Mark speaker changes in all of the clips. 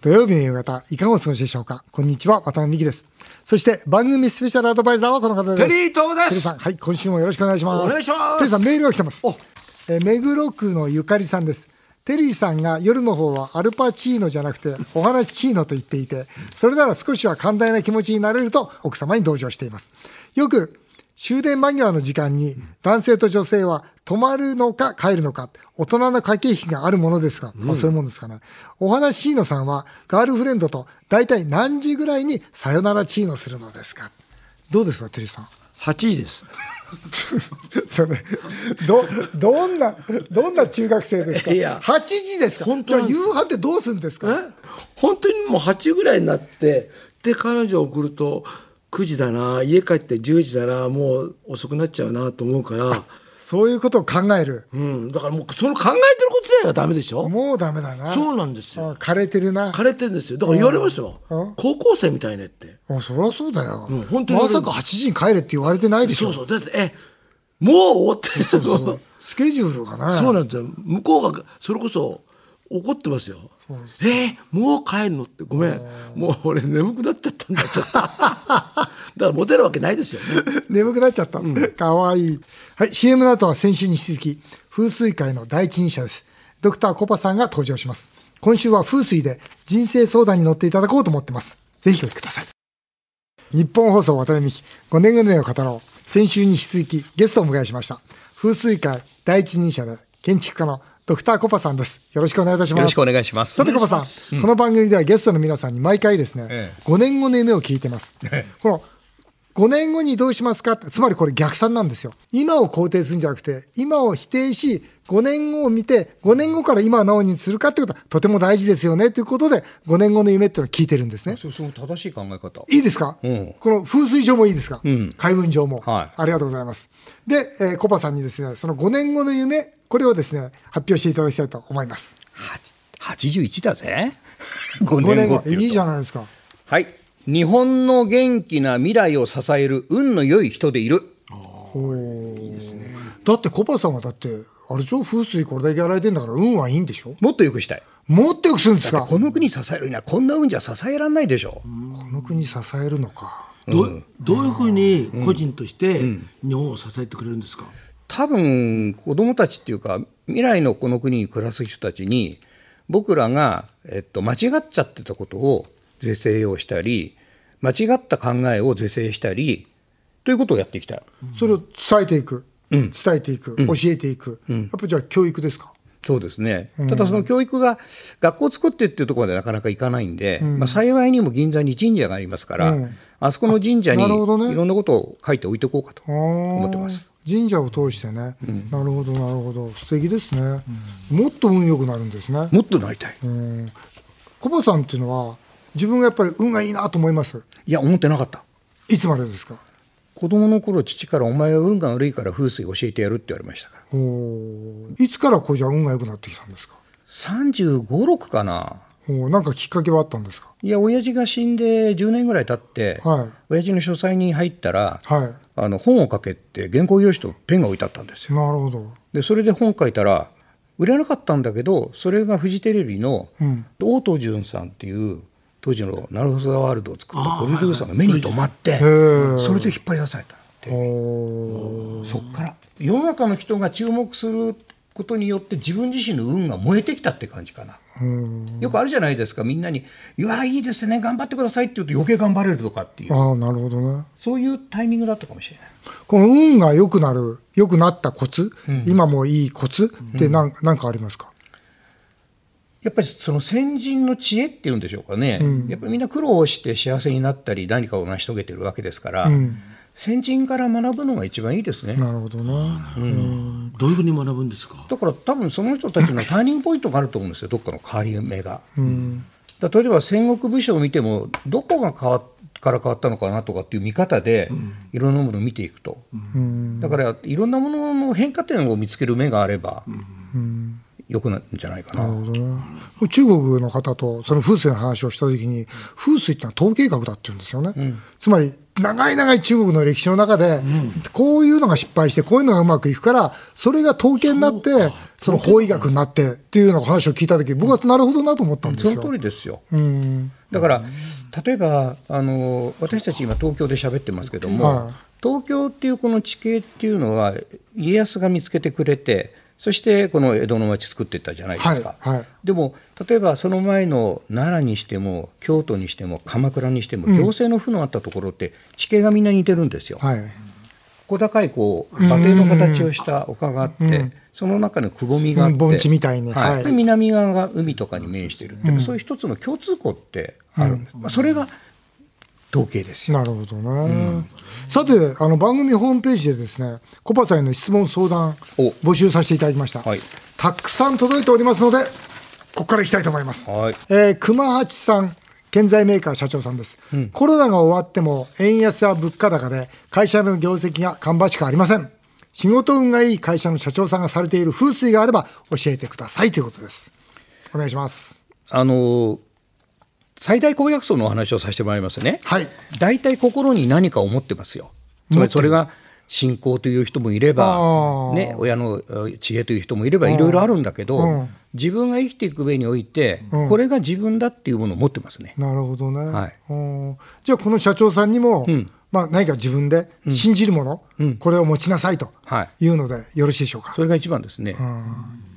Speaker 1: 土曜日の夕方、いかがお過ごしでしょうかこんにちは、渡辺美希です。そして、番組スペシャルアドバイザーはこの方です。
Speaker 2: テリー東です
Speaker 1: テリーさん、はい、今週もよろしくお願いします。
Speaker 2: お願いします
Speaker 1: テリーさん、メールが来てます
Speaker 2: お。
Speaker 1: えー目黒区のゆかりさんです。テリーさんが夜の方はアルパチーノじゃなくて、お話チーノと言っていて、それなら少しは寛大な気持ちになれると奥様に同情しています。よく、終電間際の時間に男性と女性は泊まるのか帰るのか、大人の駆け引きがあるものですが、あそういうものですかね。お話チーノさんはガールフレンドと大体何時ぐらいにさよならチーノするのですかどうですか、テリーさん。
Speaker 2: 8位です。
Speaker 1: それどどんなどんな中学生ですか。
Speaker 3: いや
Speaker 1: 8時ですか。
Speaker 3: 本当なん
Speaker 1: じゃあ夕飯ってどうするんですか。
Speaker 3: え本当にもう8ぐらいになってで彼女を送ると9時だな家帰って10時だなもう遅くなっちゃうなと思うから、
Speaker 1: そういうことを考える。
Speaker 3: うん、だからもうその考えてること自体がダメでしょ
Speaker 1: もうダメだな。
Speaker 3: そうなんですよ
Speaker 1: あ枯れてるな。
Speaker 3: 枯れてるんですよだから言われましたよ
Speaker 1: うん
Speaker 3: 高校生みたいねって
Speaker 1: あそりゃそうだよ。
Speaker 3: ん本当に
Speaker 1: まさか8時に帰れって言われてないでし
Speaker 3: そ
Speaker 1: ょ。
Speaker 3: うそうだってえもうってそう
Speaker 1: スケジュールがな。
Speaker 3: なんですよ向こうがそれこそ怒ってますよえーもう帰るのってごめんもう俺眠くなっちゃったんだって だからモテるわけないですよね
Speaker 1: 眠くなっちゃった。かわいい。はい、CM の後は先週に引き続き、風水界の第一人者です。ドクターコパさんが登場します。今週は風水で人生相談に乗っていただこうと思ってます。ぜひお聞きください。日本放送渡辺美希5年組を語ろう先週に引き続きゲストをお迎えしました風水界第一人者で建築家のドクターコパさんですよろしくお願いいたします
Speaker 4: よろしくお願いします
Speaker 1: さてコパさん、この番組ではゲストの皆さんに毎回ですね、
Speaker 4: ええ
Speaker 1: 5年後の夢を聞いてます、この5年後にどうしますかってつまりこれ逆算なんですよ今を肯定するんじゃなくて今を否定し5年後を見て5年後から今をなおにするかってことはとても大事ですよねということで5年後の夢っていうのを聞いてるんですね
Speaker 4: そその正しい考え方。
Speaker 1: いいですか、
Speaker 4: うん
Speaker 1: この風水上もいいですか、海運上も、
Speaker 4: はい
Speaker 1: ありがとうございます。で、えーコパさんにですね、その5年後の夢、これをですね、発表していただきたいと思います。
Speaker 4: 八十一だぜ。 五
Speaker 1: 5
Speaker 4: 年
Speaker 1: 年
Speaker 4: 後
Speaker 1: 後
Speaker 4: っていうと
Speaker 1: いいじゃないですか。
Speaker 4: はい。日本の元気な未来を支える運の良い人でいる。
Speaker 1: だってコパさんはだって、あれでしょ風水これだけやられてんだから運はいいんでしょ
Speaker 4: もっと良くしたい。
Speaker 1: もっとよくするんですかこ
Speaker 4: この国支えるにはこんな運じゃ支えられないでしょ。
Speaker 1: の国支えるのか。
Speaker 3: どうどういうふうに個人として日本を支えてくれるんですか、
Speaker 4: 多分子供たちっていうか未来のこの国に暮らす人たちに僕らが、えっと、間違っちゃってたことを是正をしたり間違った考えを是正したりということをやっていきたい。
Speaker 1: それを伝えていく。伝えていく、教えていく、やっぱじゃあ教育ですか
Speaker 4: そうですね、ただその教育が学校を作ってっていうところまでなかなかいかないんで、まあ、幸いにも銀座に神社がありますから、あそこの神社に
Speaker 1: あ
Speaker 4: い
Speaker 1: なるほどね
Speaker 4: ろんなことを書いておいておこうかと思
Speaker 1: 思
Speaker 4: ってます。
Speaker 1: 神社を通してね、なるほどなるほど素敵ですね、もっと運良くなるんですね
Speaker 4: もっとなりたい、
Speaker 1: コバさんっていうのは自分がやっぱり運がいいなと思います
Speaker 4: いや思ってなかった
Speaker 1: いつまでですか
Speaker 4: 子供の頃父から「お前は運が悪いから風水教えてやる」って言われましたから
Speaker 1: おーいつからこうじゃあ運が良くなってきたんですか
Speaker 4: 3 5 6かな
Speaker 1: おーなんかきっかけはあったんですか
Speaker 4: いや親父が死んで10年ぐらい経って、
Speaker 1: はい
Speaker 4: 親父の書斎に入ったら、
Speaker 1: は
Speaker 4: あの本を書けって原稿用紙とペンが置いてあったんですよ
Speaker 1: いなるほど
Speaker 4: でそれで本書いたら売れなかったんだけどそれがフジテレビの
Speaker 1: ん
Speaker 4: 大東潤さんっていう当時の「なるほどワールド」を作ったプロデューサーが目に留まって
Speaker 1: ー
Speaker 4: それで引っ張り出されたって
Speaker 1: おー
Speaker 4: そっから世の中の人が注目することによって自分自身の運が燃えてきたって感じかなよくあるじゃないですかみんなに「いやいいですね頑張ってください」って言うと余計頑張れるとかっていう
Speaker 1: ああなるほどね
Speaker 4: そういうタイミングだったかもしれない
Speaker 1: この運が良くなる良くなったコツ、今もいいコツって何、ん、なんかありますか
Speaker 4: やっぱりその先人の知恵っていうんでしょうかね、やっぱりみんな苦労をして幸せになったり何かを成し遂げてるわけですから、先人から学ぶのが一番いいですね、
Speaker 1: なるほどね
Speaker 3: どういうふうに学ぶんですか
Speaker 4: だから多分その人たちのターニングポイントがあると思うんですよどっかの変わり目が。だから例えば戦国武将を見てもどこが変わから変わったのかなとかっていう見方でいろんなものを見ていくと、だからいろんなものの変化点を見つける目があれば、よくなるんじゃないかな。
Speaker 1: なるほどね。中国の方とその風水の話をしたときに、風水ってのは統計学だって言うんですよね。つまり長い長い中国の歴史の中で、こういうのが失敗して、こういうのがうまくいくから、それが統計になって、その法医学になってっていうような話を聞いたとき、僕はなるほどなと思ったんです
Speaker 4: その
Speaker 1: よ。
Speaker 4: 通りですよ。だから、例えばあの私たち今、東京で喋ってますけども、
Speaker 1: はい
Speaker 4: 東京っていうこの地形っていうのは、家康が見つけてくれて、そしてこの江戸の町作っていったじゃないですか。
Speaker 1: はいはい
Speaker 4: でも、例えばその前の奈良にしても、京都にしても、鎌倉にしても、行政の府のあったところって、地形がみんな似てるんですよ。
Speaker 1: はい。
Speaker 4: 小高いこう馬蹄の形をした丘があって、その中にくぼみがあって、
Speaker 1: うん盆地みたいに
Speaker 4: はい
Speaker 1: はい
Speaker 4: で南側が海とかに面してるっていう、そういう一つの共通項ってあるんです、まあ、それが統計ですよ。
Speaker 1: なるほどね。さて、あの番組ホームページでですね、コパさんへの質問相談
Speaker 4: お
Speaker 1: 募集させていただきました。
Speaker 4: はい
Speaker 1: たくさん届いておりますので、ここからいきたいと思います。
Speaker 4: はい
Speaker 1: えー熊八さん。建材メーカー社長さんです、コロナが終わっても円安や物価高で会社の業績が芳しくありません。仕事運がいい会社の社長さんがされている風水があれば教えてくださいということです。お願いします。
Speaker 4: あの最大公約数のお話をさせてもらいますね。
Speaker 1: はい。
Speaker 4: 大体心に何か思ってますよ。つまりそれが信仰という人もいれ
Speaker 1: あ
Speaker 4: ば、
Speaker 1: ー
Speaker 4: ね、親のえ知恵という人もいればいろいろあるんだけど、
Speaker 1: うん
Speaker 4: 自分が生きていく上において、これが自分だっていうものを持ってますね。
Speaker 1: なるほどね、
Speaker 4: はい
Speaker 1: うんじゃあこの社長さんにも、まあ、何か自分で信じるもの、これを持ちなさいと
Speaker 4: はい
Speaker 1: いうのでよろしいでしょうか、
Speaker 4: それが一番ですね。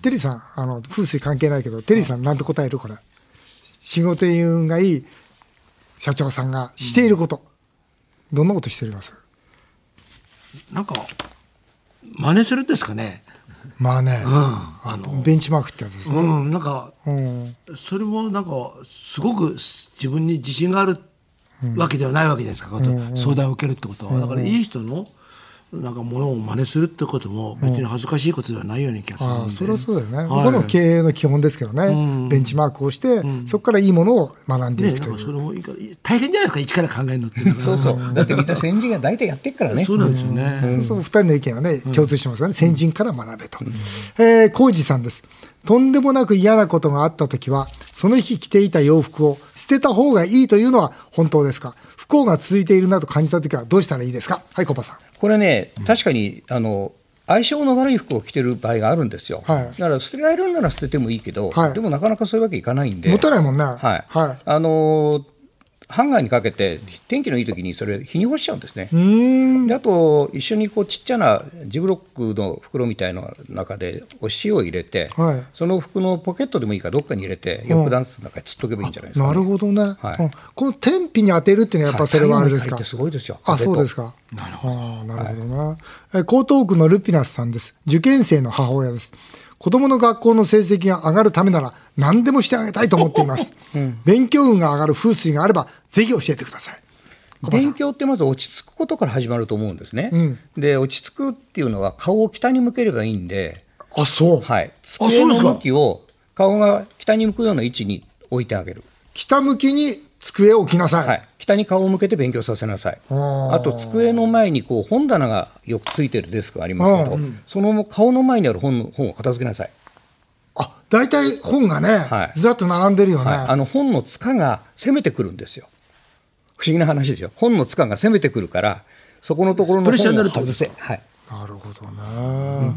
Speaker 1: テリーさんあの風水関係ないけどテリーさんなんて答えるこれ仕事運がいい社長さんがしていること、どんなことしております
Speaker 3: なんか真似するんですかね。
Speaker 1: まあね、
Speaker 3: あの
Speaker 1: ベンチマークってやつですね、
Speaker 3: うん、なんか
Speaker 1: うん
Speaker 3: それもなんかすごく自分に自信があるわけではないわけじゃないですか、相談を受けるってことは、だからいい人のなんかものを真似するってことも別に恥ずかしいことではないような気がするんで、
Speaker 1: ああそれはそうだよね、
Speaker 3: はい
Speaker 1: 僕の経営の基本ですけどね、ベンチマークをして、そこからいいものを学んでい
Speaker 3: ね
Speaker 1: く
Speaker 3: な
Speaker 1: と
Speaker 3: ん
Speaker 1: い
Speaker 3: か
Speaker 1: う、
Speaker 3: それもいいから大変じゃないですか一から考えるのってなかなか
Speaker 4: そうそう。だってみんな先人が大体やってるからね。
Speaker 3: そうなんですよね、
Speaker 1: そうそう、二人の意見はね、共通してますよね。先人から学べと。えー、浩二さんです。とんでもなく嫌なことがあったときは、その日着ていた洋服を捨てた方がいいというのは本当ですか不幸が続いているなと感じたときはどうしたらいいですかはい、コパさん。
Speaker 4: これね、確かに、あの、相性の悪い服を着てる場合があるんですよ。
Speaker 1: はい
Speaker 4: だから捨てられるんなら捨ててもいいけど、
Speaker 1: はい
Speaker 4: でもなかなかそういうわけいかないんで。
Speaker 1: 持たないもんね。
Speaker 4: はい。
Speaker 1: はい。
Speaker 4: あのーハンガーにかけて天気のいい時にそれ日に干しちゃうんですね。であと一緒にこうちっちゃなジブロックの袋みたいな中でお塩を入れて、
Speaker 1: はい
Speaker 4: その服のポケットでもいいからどっかに入れて洋服ダンスの中につっとけばいいんじゃないですかね、
Speaker 1: なるほどね、
Speaker 4: は
Speaker 1: う
Speaker 4: い
Speaker 1: んこの天日に当てるっていうのはやっぱそれはあれですか、
Speaker 4: はい太陽の光ってすごいですよ
Speaker 1: あそうですかなるほどなるほどな、え江東区のルピナスさんです受験生の母親です子供の学校の成績が上がるためなら何でもしてあげたいと思ってい ます、勉強運が上がる風水があればぜひ教えてください
Speaker 4: 勉強ってまず落ち着くことから始まると思うんですね。
Speaker 1: ん
Speaker 4: で落ち着くっていうのは顔を北に向ければいいんで、
Speaker 1: あそう、
Speaker 4: はい、
Speaker 3: そうです
Speaker 4: 机
Speaker 3: か
Speaker 4: の向きを顔が北に向くような位置に置いてあげる。
Speaker 1: 北向きに机を置きなさい、
Speaker 4: はい、北に顔を向けて勉強させなさい。
Speaker 1: ー
Speaker 4: あと机の前にこう本棚がよくついてるデスクがありますけど、その顔の前にある本の本を片付けなさい。
Speaker 1: あ大体本がね、
Speaker 4: はい
Speaker 1: ずらっと並んでるよね、
Speaker 4: はい、あの本の塚が攻めてくるんですよ。不思議な話ですよ。本の塚が攻めてくるから、そこのところの
Speaker 3: プレッシャーにな
Speaker 4: 本
Speaker 3: るってこと
Speaker 4: を
Speaker 3: です
Speaker 4: 外せ
Speaker 3: か。
Speaker 4: はい。
Speaker 1: なるほどね、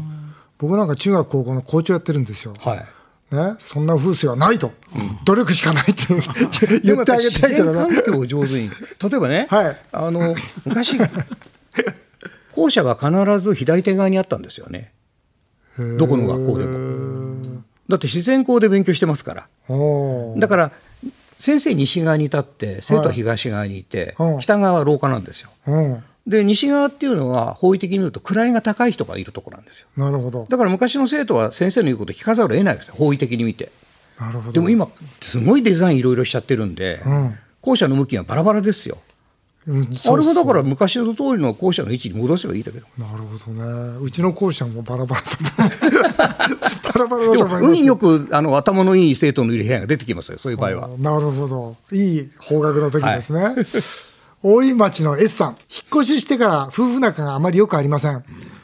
Speaker 1: 僕なんか中学高校の校長やってるんですよ、
Speaker 4: はい。
Speaker 1: ね、そんな風水はないと、努力しかないって言ってあげたいけど
Speaker 4: でもやっぱり
Speaker 1: ね
Speaker 4: 自然。環境を上手に。例えばね、
Speaker 1: はい
Speaker 4: あの昔校舎が必ず左手側にあったんですよね。どこの学校でも。だって自然光で勉強してますから。
Speaker 1: おー
Speaker 4: だから先生西側に立って生徒は東側にいて、
Speaker 1: はいうん
Speaker 4: 北側は廊下なんですよ。
Speaker 1: うん、
Speaker 4: で西側っていうのは方位的に言うと位が高い人がいるところなんですよ。
Speaker 1: なるほど。
Speaker 4: だから昔の生徒は先生の言うことを聞かざるを得ないですよ方位的に見て。
Speaker 1: なるほど。
Speaker 4: でも今すごいデザインいろいろしちゃってるんで、
Speaker 1: ん
Speaker 4: 校舎の向きがバラバラです
Speaker 1: う
Speaker 4: よ。
Speaker 1: ん
Speaker 4: あ
Speaker 1: そう
Speaker 4: れもだから昔の通りの校舎の位置に戻せばいいだけど。
Speaker 1: なるほどね。うちの校舎もバラバラだ と。バラバラだ
Speaker 4: で
Speaker 1: と思
Speaker 4: も
Speaker 1: います。
Speaker 4: 運よくあの頭のいい生徒のいる部屋が出てきますよそういう場合は。
Speaker 1: なるほど。いい方角の時ですね。大井町の S さん。引っ越ししてから夫婦仲があまり良くありません。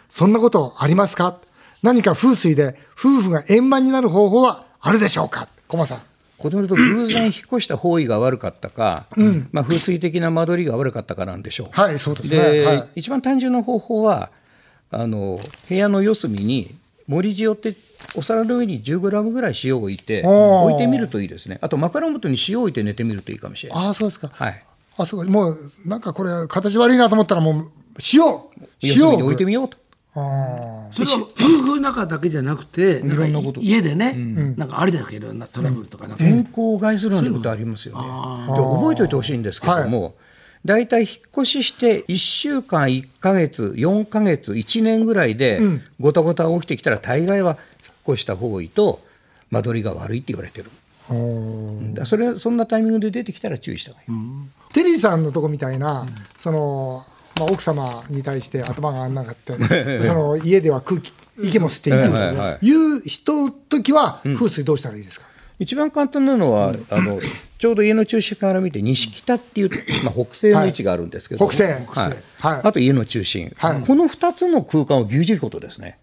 Speaker 1: そんなことありますか何か風水で夫婦が円満になる方法はあるでしょうかコマさん。
Speaker 4: 子供と偶然引っ越した方位が悪かったか、まあ、風水的な間取りが悪かったかなんでしょう。
Speaker 1: はいそうですね
Speaker 4: で
Speaker 1: はい
Speaker 4: 一番単純な方法はあの部屋の四隅に盛り塩ってお皿の上に1 0ムぐらい塩を置いて
Speaker 1: ー
Speaker 4: 置いてみるといいですねあと枕元に塩を置いて寝てみるといいかもしれない
Speaker 1: ああ、そうですか。
Speaker 4: はい。
Speaker 1: あ、そうか。もう、なんかこれ、形悪いなと思ったら、もう、塩塩
Speaker 4: 四隅に置いてみようと
Speaker 3: それは夫婦仲だけじゃなくてなんか
Speaker 4: いろんなこと
Speaker 3: 家でね、なんかあれだけどなトラブルとかなんか、
Speaker 4: 健康を害するなんてことありますよね。で覚えておいてほしいんですけども、大体引っ越しして1週間、1ヶ月、4ヶ月、1年ぐらいで、ごたごたが起きてきたら、大概は引っ越した方位と間取りが悪いって言われてる。だそれそんなタイミングで出てきたら注意した方がいい。
Speaker 1: テリーさんのとこみたいな、その、まあ、奥様に対して頭があんなかって、 その、家では空気、息も吸っていく
Speaker 4: はいはいは
Speaker 1: という人の時は、風水どうしたらいいですか、
Speaker 4: 一番簡単なのは、あのちょうど家の中心から見て西北っていう、まあ、北西の位置があるんですけど、
Speaker 1: はい北西
Speaker 4: はい
Speaker 1: はい
Speaker 4: あと家の中心、
Speaker 1: はい
Speaker 4: この2つの空間を牛耳ることですね、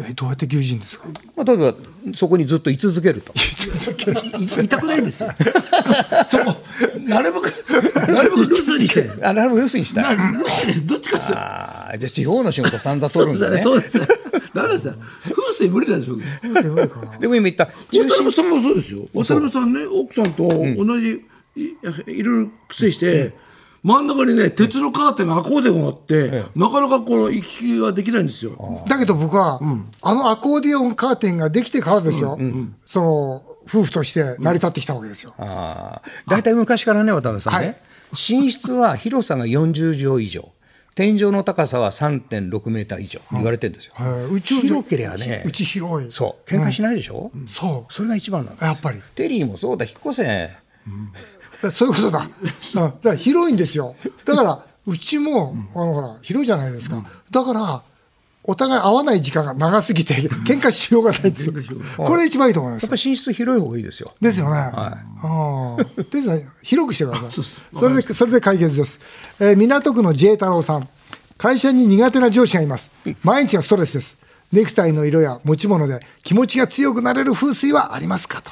Speaker 1: えどうやって牛耳るんですか
Speaker 4: まあ、例えばそこにずっと居続けると
Speaker 3: い痛くないんですよ そこなるべくなるべくルースにしてな
Speaker 4: あなるほど要するにした
Speaker 3: ルースに どっちかっすよ
Speaker 4: あーじゃあ地方の仕事さんざ取るんだね
Speaker 3: そうですねだからさ風水無理なんですよ僕
Speaker 1: 風水多いかな
Speaker 4: でも今言った
Speaker 3: 渡
Speaker 4: 中心
Speaker 3: 辺さんもそうですよ渡辺さんね奥さんと同じ、いいろいろ癖して、真ん中にね鉄のカーテンがアコーディオンがあって、なかなかこの行き来ができないんですよ
Speaker 1: だけど僕は、あのアコーディオンカーテンができてからですよ、その、夫婦として成り立ってきたわけですよ。
Speaker 4: あー大体昔からね渡辺さんね、
Speaker 1: はい
Speaker 4: 寝室は広さが40畳以上天井の高さは3.6メーター以上言われてるんですよ、
Speaker 1: はい宇宙
Speaker 4: 広ければね
Speaker 1: うち広い。
Speaker 4: そう喧嘩しないでしょ、
Speaker 1: そう。
Speaker 4: それが一番なんです
Speaker 1: やっぱり
Speaker 4: テリーもそうだ引っ越せ
Speaker 1: えそういうこと だ。うんだから広いんですよ。だから、うちも、あの、ほら、広いじゃないですか。だから、お互い会わない時間が長すぎて、喧嘩しようがないんですよ。これ一番いいと思いま
Speaker 4: やっ
Speaker 1: す
Speaker 4: ぱ。り寝室広い方がいいですよ
Speaker 1: ですよね。はい。ですね。広くしてください。
Speaker 3: そう
Speaker 1: そ
Speaker 3: で
Speaker 1: れ
Speaker 3: す
Speaker 1: で、それで解決です。えー港区の自衛太郎さん。会社に苦手な上司がいます。毎日がストレスです。ネクタイの色や持ち物で気持ちが強くなれる風水はありますかと。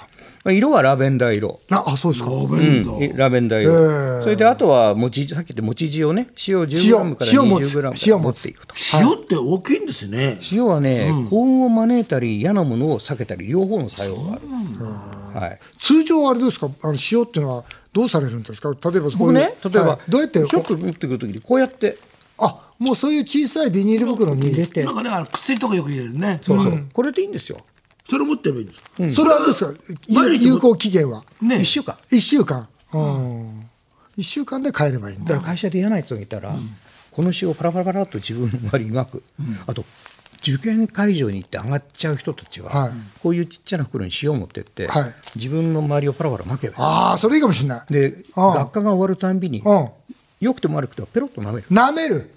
Speaker 4: 色はラベンダー色
Speaker 1: なあ、そうですか。
Speaker 3: お弁当、
Speaker 4: えラベンダー
Speaker 1: へー
Speaker 4: 色それであとは持ちさっき言った持ち塩ね塩 10g から
Speaker 1: 塩持
Speaker 4: 20g
Speaker 1: つ
Speaker 4: から
Speaker 1: 塩
Speaker 4: 持
Speaker 1: 持
Speaker 4: っ
Speaker 1: つ
Speaker 4: ていくと
Speaker 3: 塩って大きいんですね
Speaker 4: 塩はね、幸運を招いたり嫌なものを避けたり両方の作用があるはい、
Speaker 1: 通常あれですかあの塩っていうのはどうされるんですか例えばこうい
Speaker 4: 僕
Speaker 1: う
Speaker 4: ね例えば、
Speaker 1: はいどうやって
Speaker 4: ショック持ってくる時にこうやって
Speaker 1: あもうそういう小さいビニール袋に
Speaker 4: 入れて
Speaker 3: なんかねあの薬とかよく入れるね
Speaker 4: そうそう、これでいいんですよ、
Speaker 3: それ持ってればいいんです
Speaker 1: それはあれですか有
Speaker 3: 毎日
Speaker 1: 有効期限は
Speaker 3: ね
Speaker 4: 一1週間
Speaker 1: 1週間うん1週間で帰ればいいん
Speaker 4: だ
Speaker 1: だ
Speaker 4: から会社で嫌なやつがいたら、この塩をパラパラパラっと自分の周りにまく、あと受験会場に行って上がっちゃう人たちは、
Speaker 1: はい
Speaker 4: こういうちっちゃな袋に塩を持ってって、
Speaker 1: はい
Speaker 4: 自分の周りをパラパラまけば
Speaker 1: ああそれいいかもしれない
Speaker 4: いいで
Speaker 1: ああ
Speaker 4: 学科が終わるたんびに、
Speaker 1: うん
Speaker 4: よくても悪くてもペロッと舐める
Speaker 1: 舐める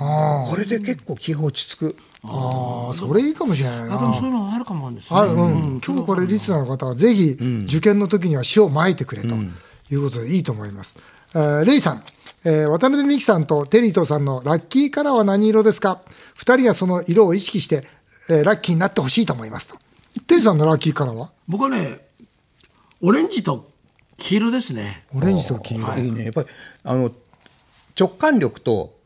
Speaker 1: あ
Speaker 4: これで結構気が落ち着く
Speaker 1: ああそれいいかもしれない
Speaker 3: あでも
Speaker 1: な
Speaker 3: そういうのあるかもあるんですね
Speaker 1: あうん、今日これリスナーの方はぜひ受験の時には塩をまいてくれということでいいと思います、えーレイさん、えー渡辺美樹さんとテリーとさんのラッキーカラーは何色ですか2人がその色を意識して、えーラッキーになってほしいと思いますとテリーさんのラッキーカラーは
Speaker 3: 僕はねオレンジと黄色ですね
Speaker 1: オレンジと黄色、
Speaker 4: いいねやっぱりあの直感力と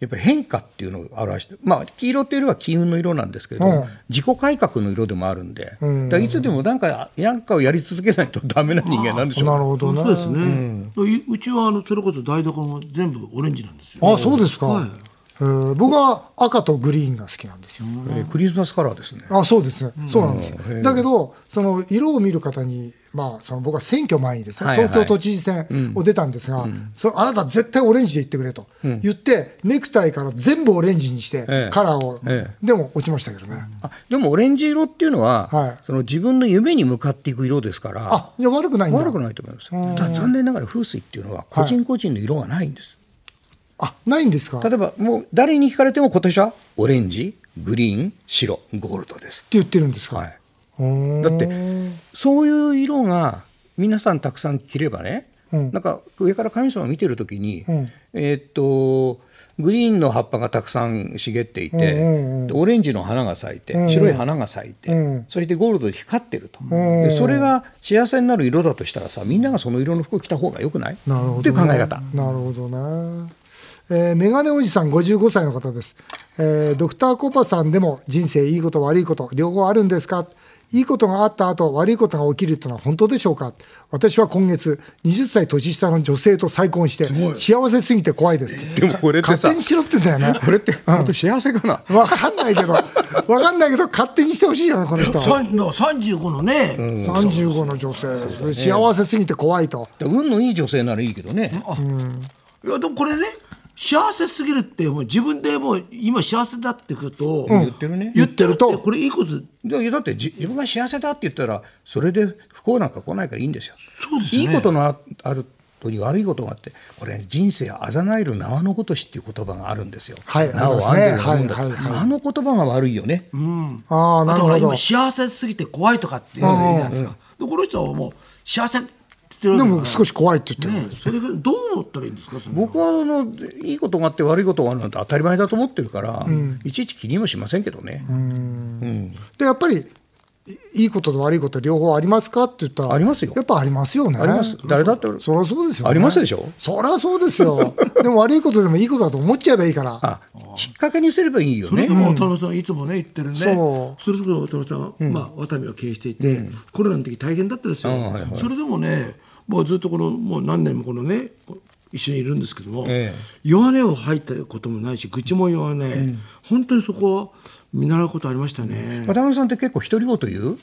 Speaker 4: やっぱり変化っていうのを表してまあ黄色というよりは金運の色なんですけど、
Speaker 1: うん
Speaker 4: 自己改革の色でもあるんで、だからいつでもなんかなんかをやり続けないとダメな人間なんでしょうね
Speaker 1: なるほどね
Speaker 3: そうですね、ううちはあのそれこそ台所も全部オレンジなんですよ
Speaker 1: あそうですか、
Speaker 3: はい
Speaker 1: えー僕は赤とグリーンが好きなんですよ、
Speaker 4: えークリスマスカラーですね。
Speaker 1: あそうですね、そうなんです
Speaker 4: へえ
Speaker 1: だけどその色を見る方に、まあ、その僕は選挙前にですね、
Speaker 4: はいはい
Speaker 1: 東京都知事選を出たんですが、そのあなた絶対オレンジで行ってくれと言って、ネクタイから全部オレンジにして、
Speaker 4: ええ
Speaker 1: カラーを、
Speaker 4: え
Speaker 1: でも落ちましたけどね、
Speaker 4: あでもオレンジ色っていうのは、
Speaker 1: はい
Speaker 4: その自分の夢に向かっていく色ですから
Speaker 1: あいや悪くないんだ
Speaker 4: 悪くないと思いますよただ残念ながら風水っていうのは個人個人の色がないんです、
Speaker 1: あないんですかって
Speaker 4: 例えばもう誰に惹かれても今年はオレンジグリーン白ゴールドです、
Speaker 1: 言ってるんですか、
Speaker 4: はい、
Speaker 1: ほーん
Speaker 4: だってそういう色が皆さんたくさん着ればねなんか上から神様を見てる時に、
Speaker 1: ん
Speaker 4: えーっとグリーンの葉っぱがたくさん茂っていて、でオレンジの花が咲いて、白い花が咲いて、
Speaker 1: うん
Speaker 4: そしてゴールドで光ってると、でそれが幸せになる色だとしたらさみんながその色の服を着た方がよくない
Speaker 1: なるほどね
Speaker 4: っていう考え方。
Speaker 1: なるほどね。えーメガネおじさん55歳の方です。えードクターコパさんでも人生いいこと悪いこと両方あるんですかいいことがあった後悪いことが起きるというのは本当でしょうか私は今月20歳年下の女性と再婚して幸せすぎて怖いです。
Speaker 4: でもこれって
Speaker 1: 勝
Speaker 4: さ
Speaker 1: 手にしろって言うんだよね。
Speaker 4: これって本当幸せかな、
Speaker 1: わかんないけど、わかんないけど勝手にしてほしいよね、この人は。
Speaker 3: 三の35のね、
Speaker 1: 35の女性、幸せすぎて怖いと。
Speaker 4: で運のいい女性ならいいけどね、
Speaker 3: いやでもこれね幸せすぎるってもう自分でもう今幸せだってことを
Speaker 4: 言ってるね
Speaker 3: 言ってる
Speaker 1: 言ってる
Speaker 3: って
Speaker 1: と
Speaker 3: これいいこと
Speaker 4: でいやだってじ自分が幸せだって言ったらそれで不幸なんか来ないからいいんですよ。
Speaker 3: そうですね
Speaker 4: いいことのああるとに悪いことがあってこれ、人生あざなえる縄のごとしっていう言葉があるんですよ。
Speaker 1: はい
Speaker 4: 縄を
Speaker 1: あ
Speaker 4: 編ん
Speaker 1: り
Speaker 4: で
Speaker 1: ますね
Speaker 4: るもんだ、
Speaker 1: はいはいはい
Speaker 4: あの言葉が悪いよね。
Speaker 1: ああ、な
Speaker 3: だ
Speaker 1: る
Speaker 3: か
Speaker 1: ほ
Speaker 3: ら
Speaker 1: ど
Speaker 3: 今。幸せすぎて怖いとかっていう人いるじゃないですか、でこの人はもう幸せって言って
Speaker 1: で
Speaker 3: る
Speaker 1: も少
Speaker 3: し
Speaker 1: し怖いって言ってる。
Speaker 3: ねそれがどう思ったらいいんですかそれ
Speaker 4: 僕はあのいいことがあって悪いことがあるなんて当たり前だと思ってるから、いちいち気にもしませんけどね。
Speaker 1: でやっぱりいいいことと悪いこと両方ありますかって言ったら
Speaker 4: ありますよ
Speaker 1: やっぱありますよね
Speaker 4: あります誰だって
Speaker 1: そりゃそうですよ、ね、
Speaker 4: ありますでしょ
Speaker 1: そりゃそうですよ でも悪いことでもいいことだと思っちゃえばいいから
Speaker 4: あきっかけにすればいいよ
Speaker 3: それ
Speaker 4: ね
Speaker 3: で。も渡辺さんいつもね言ってるね
Speaker 1: そ
Speaker 3: それこそ渡辺さん、まあ、渡辺を経営していて、コロナの時大変だったですよ、
Speaker 4: あはいはい
Speaker 3: それでもねもうずっとこのもう何年もこのねこ一緒にいるんですけども、
Speaker 4: ええ
Speaker 3: 弱音を吐いたこともないし愚痴も言わない、本当にそこは見習うことありましたね、
Speaker 4: 渡辺さんって結構独り言言う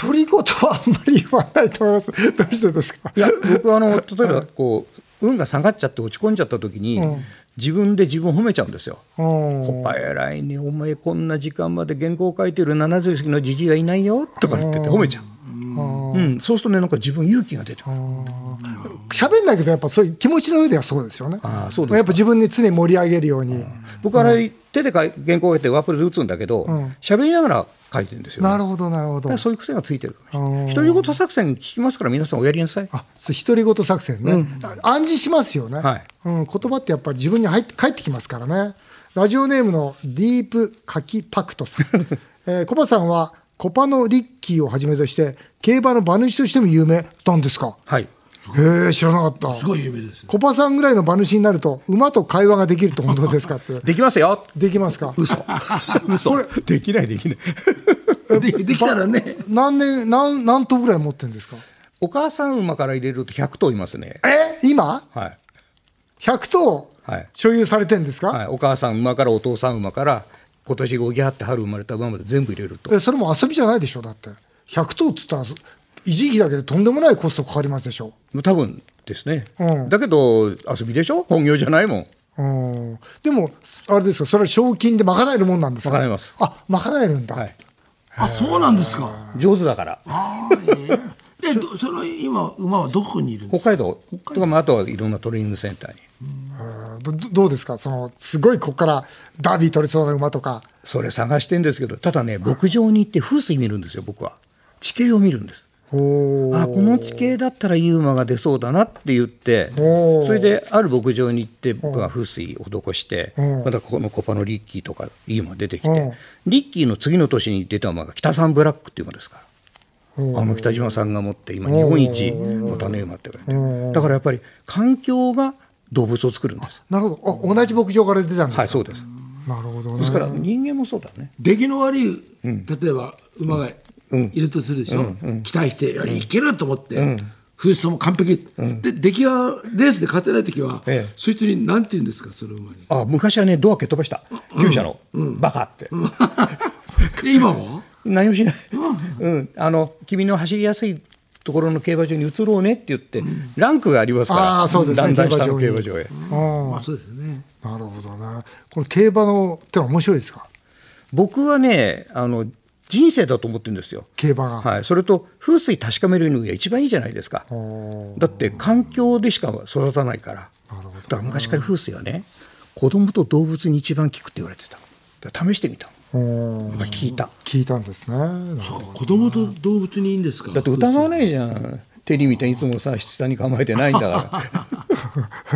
Speaker 1: 独り言はあんまり言わないと思います どうしてですか
Speaker 4: いや僕はあの例えばこう運が下がっちゃって落ち込んじゃった時に、自分で自分を褒めちゃうんですよ。
Speaker 1: うん
Speaker 4: こぱ偉いねお前こんな時間まで原稿を書いてる70過ぎのじじいはいないよとかって言って褒めちゃう。うん、そうするとねなんか自分勇気が出てくる
Speaker 1: 喋んないけどやっぱそういう気持ちの上ではそうですよね
Speaker 4: あそうですか
Speaker 1: やっぱ自分で常に盛り上げるように、
Speaker 4: 僕あれ手で書い原稿を書いてワープロで打つんだけど喋、りながら書いてるんですよ、
Speaker 1: なるほどなるほ
Speaker 4: だ
Speaker 1: ど
Speaker 4: からそういう癖がついてるかもしれない独り言作戦聞きますから皆さんおやりなさい
Speaker 1: あそう独り言作戦ね、暗示しますよね、
Speaker 4: はい
Speaker 1: うん、言葉ってやっぱり自分に入って返ってきますからねラジオネームのディープカキパクトさん、えーコパさんはコパのリッキーをはじめとして競馬の馬主としても有名なんですか
Speaker 4: はい
Speaker 1: へえ知らなかった
Speaker 3: すごい有名ですよ
Speaker 1: コパさんぐらいの馬主になると馬と会話ができると本当ですかって
Speaker 4: できますよ
Speaker 1: できますか
Speaker 4: 嘘嘘できないできない
Speaker 3: でできたらね
Speaker 1: 何年何何頭ぐらい持ってるんですか
Speaker 4: お母さん馬から入れると100頭いますね
Speaker 1: え今
Speaker 4: はい
Speaker 1: 100頭
Speaker 4: はい
Speaker 1: 所有されてんですか、
Speaker 4: はい、お母さん馬からお父さん馬から今年ゴギャって春生まれた馬まで全部入れると
Speaker 1: えそれも遊びじゃないでしょだって100頭っつったらそ維持費だけでとんでもないコストかかりますでしょ
Speaker 4: 多分ですね、
Speaker 1: うん
Speaker 4: だけど遊びでしょ本業じゃないもん
Speaker 1: うんでもすあれですかそれは賞金で賄えるもんなんですか
Speaker 4: 賄えます
Speaker 1: あ賄えるんだ、
Speaker 4: はい
Speaker 3: あそうなんですか
Speaker 4: 上手だから
Speaker 3: あーええでどその今馬はどこにいるんで
Speaker 4: 北
Speaker 3: すか
Speaker 4: 海道とか、まあ、あとはいろんなトレーニングセンターに
Speaker 1: うんどどどうですかそのすごいここからダービー取りそうな馬とか
Speaker 4: それ探してんですけどただね牧場に行って風水見るんですよ僕は地形を見るんです
Speaker 1: お
Speaker 4: あこの地形だったらユーマが出そうだなって言って
Speaker 1: おー
Speaker 4: それである牧場に行って僕が風水を施して
Speaker 1: ん
Speaker 4: またここのコパのリッキーとかユーマ出てき
Speaker 1: うん
Speaker 4: てリッキーの次の年に出た馬が北三ブラックっていう馬ですから。あの北島さんが持って今日本一の種馬って言われてだからやっぱり環境が動物を作るんです
Speaker 1: なるほどあ同じ牧場から出たんですか、
Speaker 4: はいそうです
Speaker 1: なるほどね
Speaker 4: ですから人間もそうだね
Speaker 3: 出来の悪い例えば馬がいるとするでしょ、期待していやいけると思って、風速も完璧、で出来がレースで勝てない時は、
Speaker 4: ええ
Speaker 3: そいつに何て言うんですかその 馬に
Speaker 4: あ昔はねドア蹴っ飛ばした厩舎のバカって
Speaker 3: で今は
Speaker 4: 何もしない、うん、あの君の走りやすいところの競馬場に移ろうねって言って、ランクがありますから、
Speaker 1: あーそうですね
Speaker 4: だんだん下
Speaker 1: 競
Speaker 4: の競
Speaker 1: 馬
Speaker 4: 馬
Speaker 1: 場
Speaker 4: 場へ。
Speaker 3: まあそうですね
Speaker 1: なるほどねこの競馬のってのは面白いですか
Speaker 4: 僕はねあの、人生だと思ってるんですよ。
Speaker 1: 競馬が、
Speaker 4: はい、それと風水確かめるのが一番いいじゃないですか。だって環境でしか育たないから。だから昔から風水はね、子供と動物に一番効くって言われてた。だから試してみたの。やっぱ聞いた。
Speaker 1: 聞いたんですねなるほど
Speaker 3: 子供と動物にいいんですか
Speaker 4: だって疑わないじゃん。テリーみたいにいつもさ下に構えてないんだから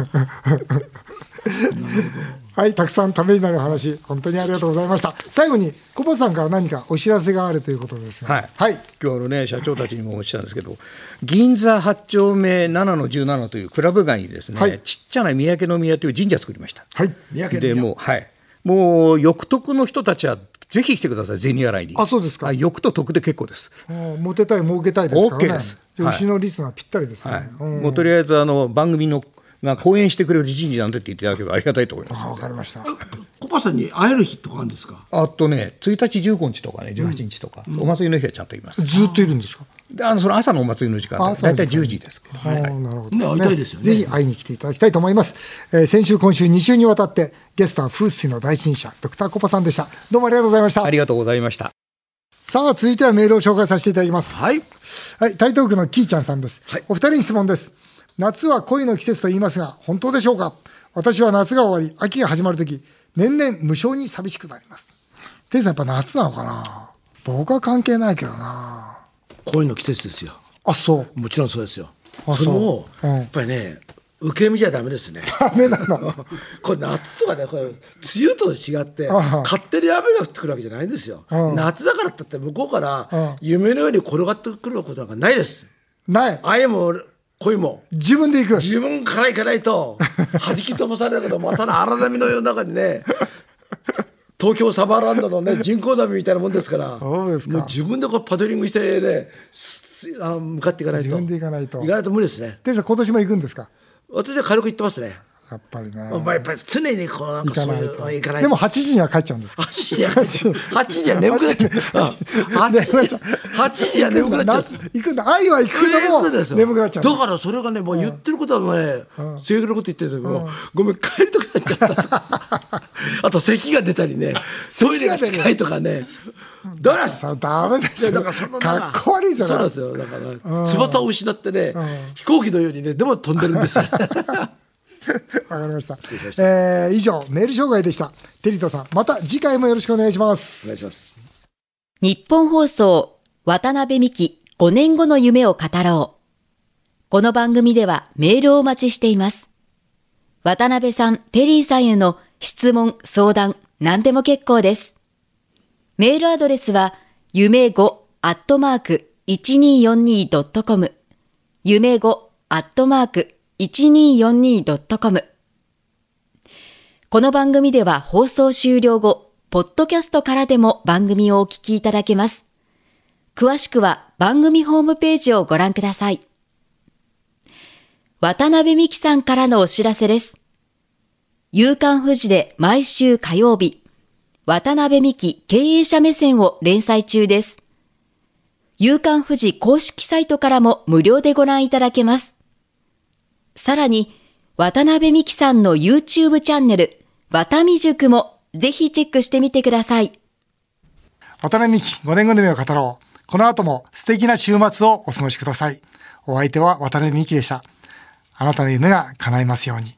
Speaker 1: はい、たくさんためになる話、本当にありがとうございました。最後に、コバさんから何かお知らせがあるということですが、
Speaker 4: はい、今日のね社長たちにもおっしゃったんですけど銀座8丁目7の17というクラブ街にですね、
Speaker 1: はい
Speaker 4: ちっちゃな三宅の宮という神社作りました。
Speaker 1: はい。
Speaker 3: 三宅の
Speaker 4: で
Speaker 3: 宮
Speaker 4: もう、はい、もう、欲得の人たちは、ぜひ来てください、銭洗いに。
Speaker 1: あそうですか
Speaker 4: はい欲と得で結構です。
Speaker 1: もうモテたい、儲けたいですからね。
Speaker 4: OK です
Speaker 1: じゃあ
Speaker 4: はいう
Speaker 1: ちのリスナーぴったりですね。
Speaker 4: はい、
Speaker 1: うん
Speaker 4: もうとりあえず、あの、番組の、が講演してくれる人事なんてって言っていただければありがたいと思います。
Speaker 1: あわかりました。
Speaker 3: コパさんに会える日とかあるんですか
Speaker 4: あとね、1日15日とかね、18日とか、お祭りの日はちゃんといます。
Speaker 1: ずっといるんですか。
Speaker 4: であのその朝のお祭りの時間、
Speaker 1: あ
Speaker 4: だ
Speaker 1: 朝の
Speaker 4: い
Speaker 1: 時
Speaker 4: た
Speaker 1: 間
Speaker 4: い10時ですけど、
Speaker 1: はい、なるほど、
Speaker 3: ね会いたいですよね
Speaker 1: ぜひ会いに来ていただきたいと思います。えー先週、今週、2週にわたって、ゲストは風水の第一人者、ドクターコパさんでした。どうもありがとうございました。
Speaker 4: ありがとうございました。
Speaker 1: さあ、続いてはメールを紹介させていただきます。
Speaker 3: はい
Speaker 1: はい、台東区のキーちゃんさんです。お二人に質問です。夏は恋の季節と言いますが、本当でしょうか私は夏が終わり、秋が始まるとき、年々無性に寂しくなります。てイさん、やっぱ夏なのかな僕は関係ないけどな。
Speaker 3: 恋の季節ですよ
Speaker 1: あ、そう。
Speaker 3: もちろんそうですよ
Speaker 1: あ
Speaker 3: それを
Speaker 1: そううん
Speaker 3: やっぱりね受け身じゃダメですね
Speaker 1: ダメなの。
Speaker 3: これ夏とかねこれ梅雨と違って
Speaker 1: あは
Speaker 3: 勝手に雨が降ってくるわけじゃないんですよ
Speaker 1: うん
Speaker 3: 夏だからってって向こうか
Speaker 1: うん
Speaker 3: ら夢のように転がってくることなんかないです
Speaker 1: ない。
Speaker 3: 愛も恋も
Speaker 1: 自分で行く。
Speaker 3: 自分から行かな いと弾き飛ばされるけどまたの荒波の世の中にね東京サマーランドのね人工波みたいなもんですから
Speaker 1: そうですか
Speaker 3: もう自分でこうパドリングしてねすすあの向かっていかないと
Speaker 1: 自分で行かないと
Speaker 3: 行かないと無理ですね
Speaker 1: てイさん、今年も行くんですか
Speaker 3: 私は軽く行ってますね、
Speaker 1: やっぱりね。
Speaker 3: まあやっぱり常にこうなん
Speaker 1: 行
Speaker 3: か
Speaker 1: か
Speaker 3: そう
Speaker 1: ないいうと。
Speaker 3: の行かない
Speaker 1: で
Speaker 3: と
Speaker 1: も8時には帰っちゃうんですか
Speaker 3: 8時には8時には眠くなっちゃう8時に8時には眠くなっちゃう
Speaker 1: 夏行くんだ。愛は行くけど
Speaker 3: 眠くなっちゃ
Speaker 1: も、
Speaker 3: う
Speaker 1: 眠くなっちゃう。
Speaker 3: だからそれがねもう言ってることはね正義のこと言ってるんだけどごめん帰りたくなっちゃった あと咳が出たりねトイレが近いとかねだから
Speaker 1: さダメですよ。
Speaker 3: だからその
Speaker 1: かっこ悪いじゃ
Speaker 3: そうな
Speaker 1: なんい
Speaker 3: ですよだから翼を失ってね飛行機のようにねでも飛んでるんですよ
Speaker 1: わかりました。えー以上、メール紹介でした。テリトさん、また次回もよろしくお願いします
Speaker 3: お願。いします
Speaker 2: 日本放送渡辺美希5年後の夢を語ろう。この番組ではメールをお待ちしています。渡辺さん、テリーさんへの質問、相談、何でも結構です。メールアドレスは、夢5アットマーク 1242.com 夢5アットマーク 1242.com この番組では放送終了後、ポッドキャストからでも番組をお聞きいただけます。詳しくは番組ホームページをご覧ください。渡辺美希さんからのお知らせです。夕刊富士で毎週火曜日、渡辺美希経営者目線を連載中です。夕刊富士公式サイトからも無料でご覧いただけます。さらに、渡辺美希さんの YouTube チャンネル、渡美塾もぜひチェックしてみてください。
Speaker 1: 渡辺美希5年後の夢を語ろう。この後も素敵な週末をお過ごしください。お相手は渡辺美希でした。あなたの夢が叶いますように。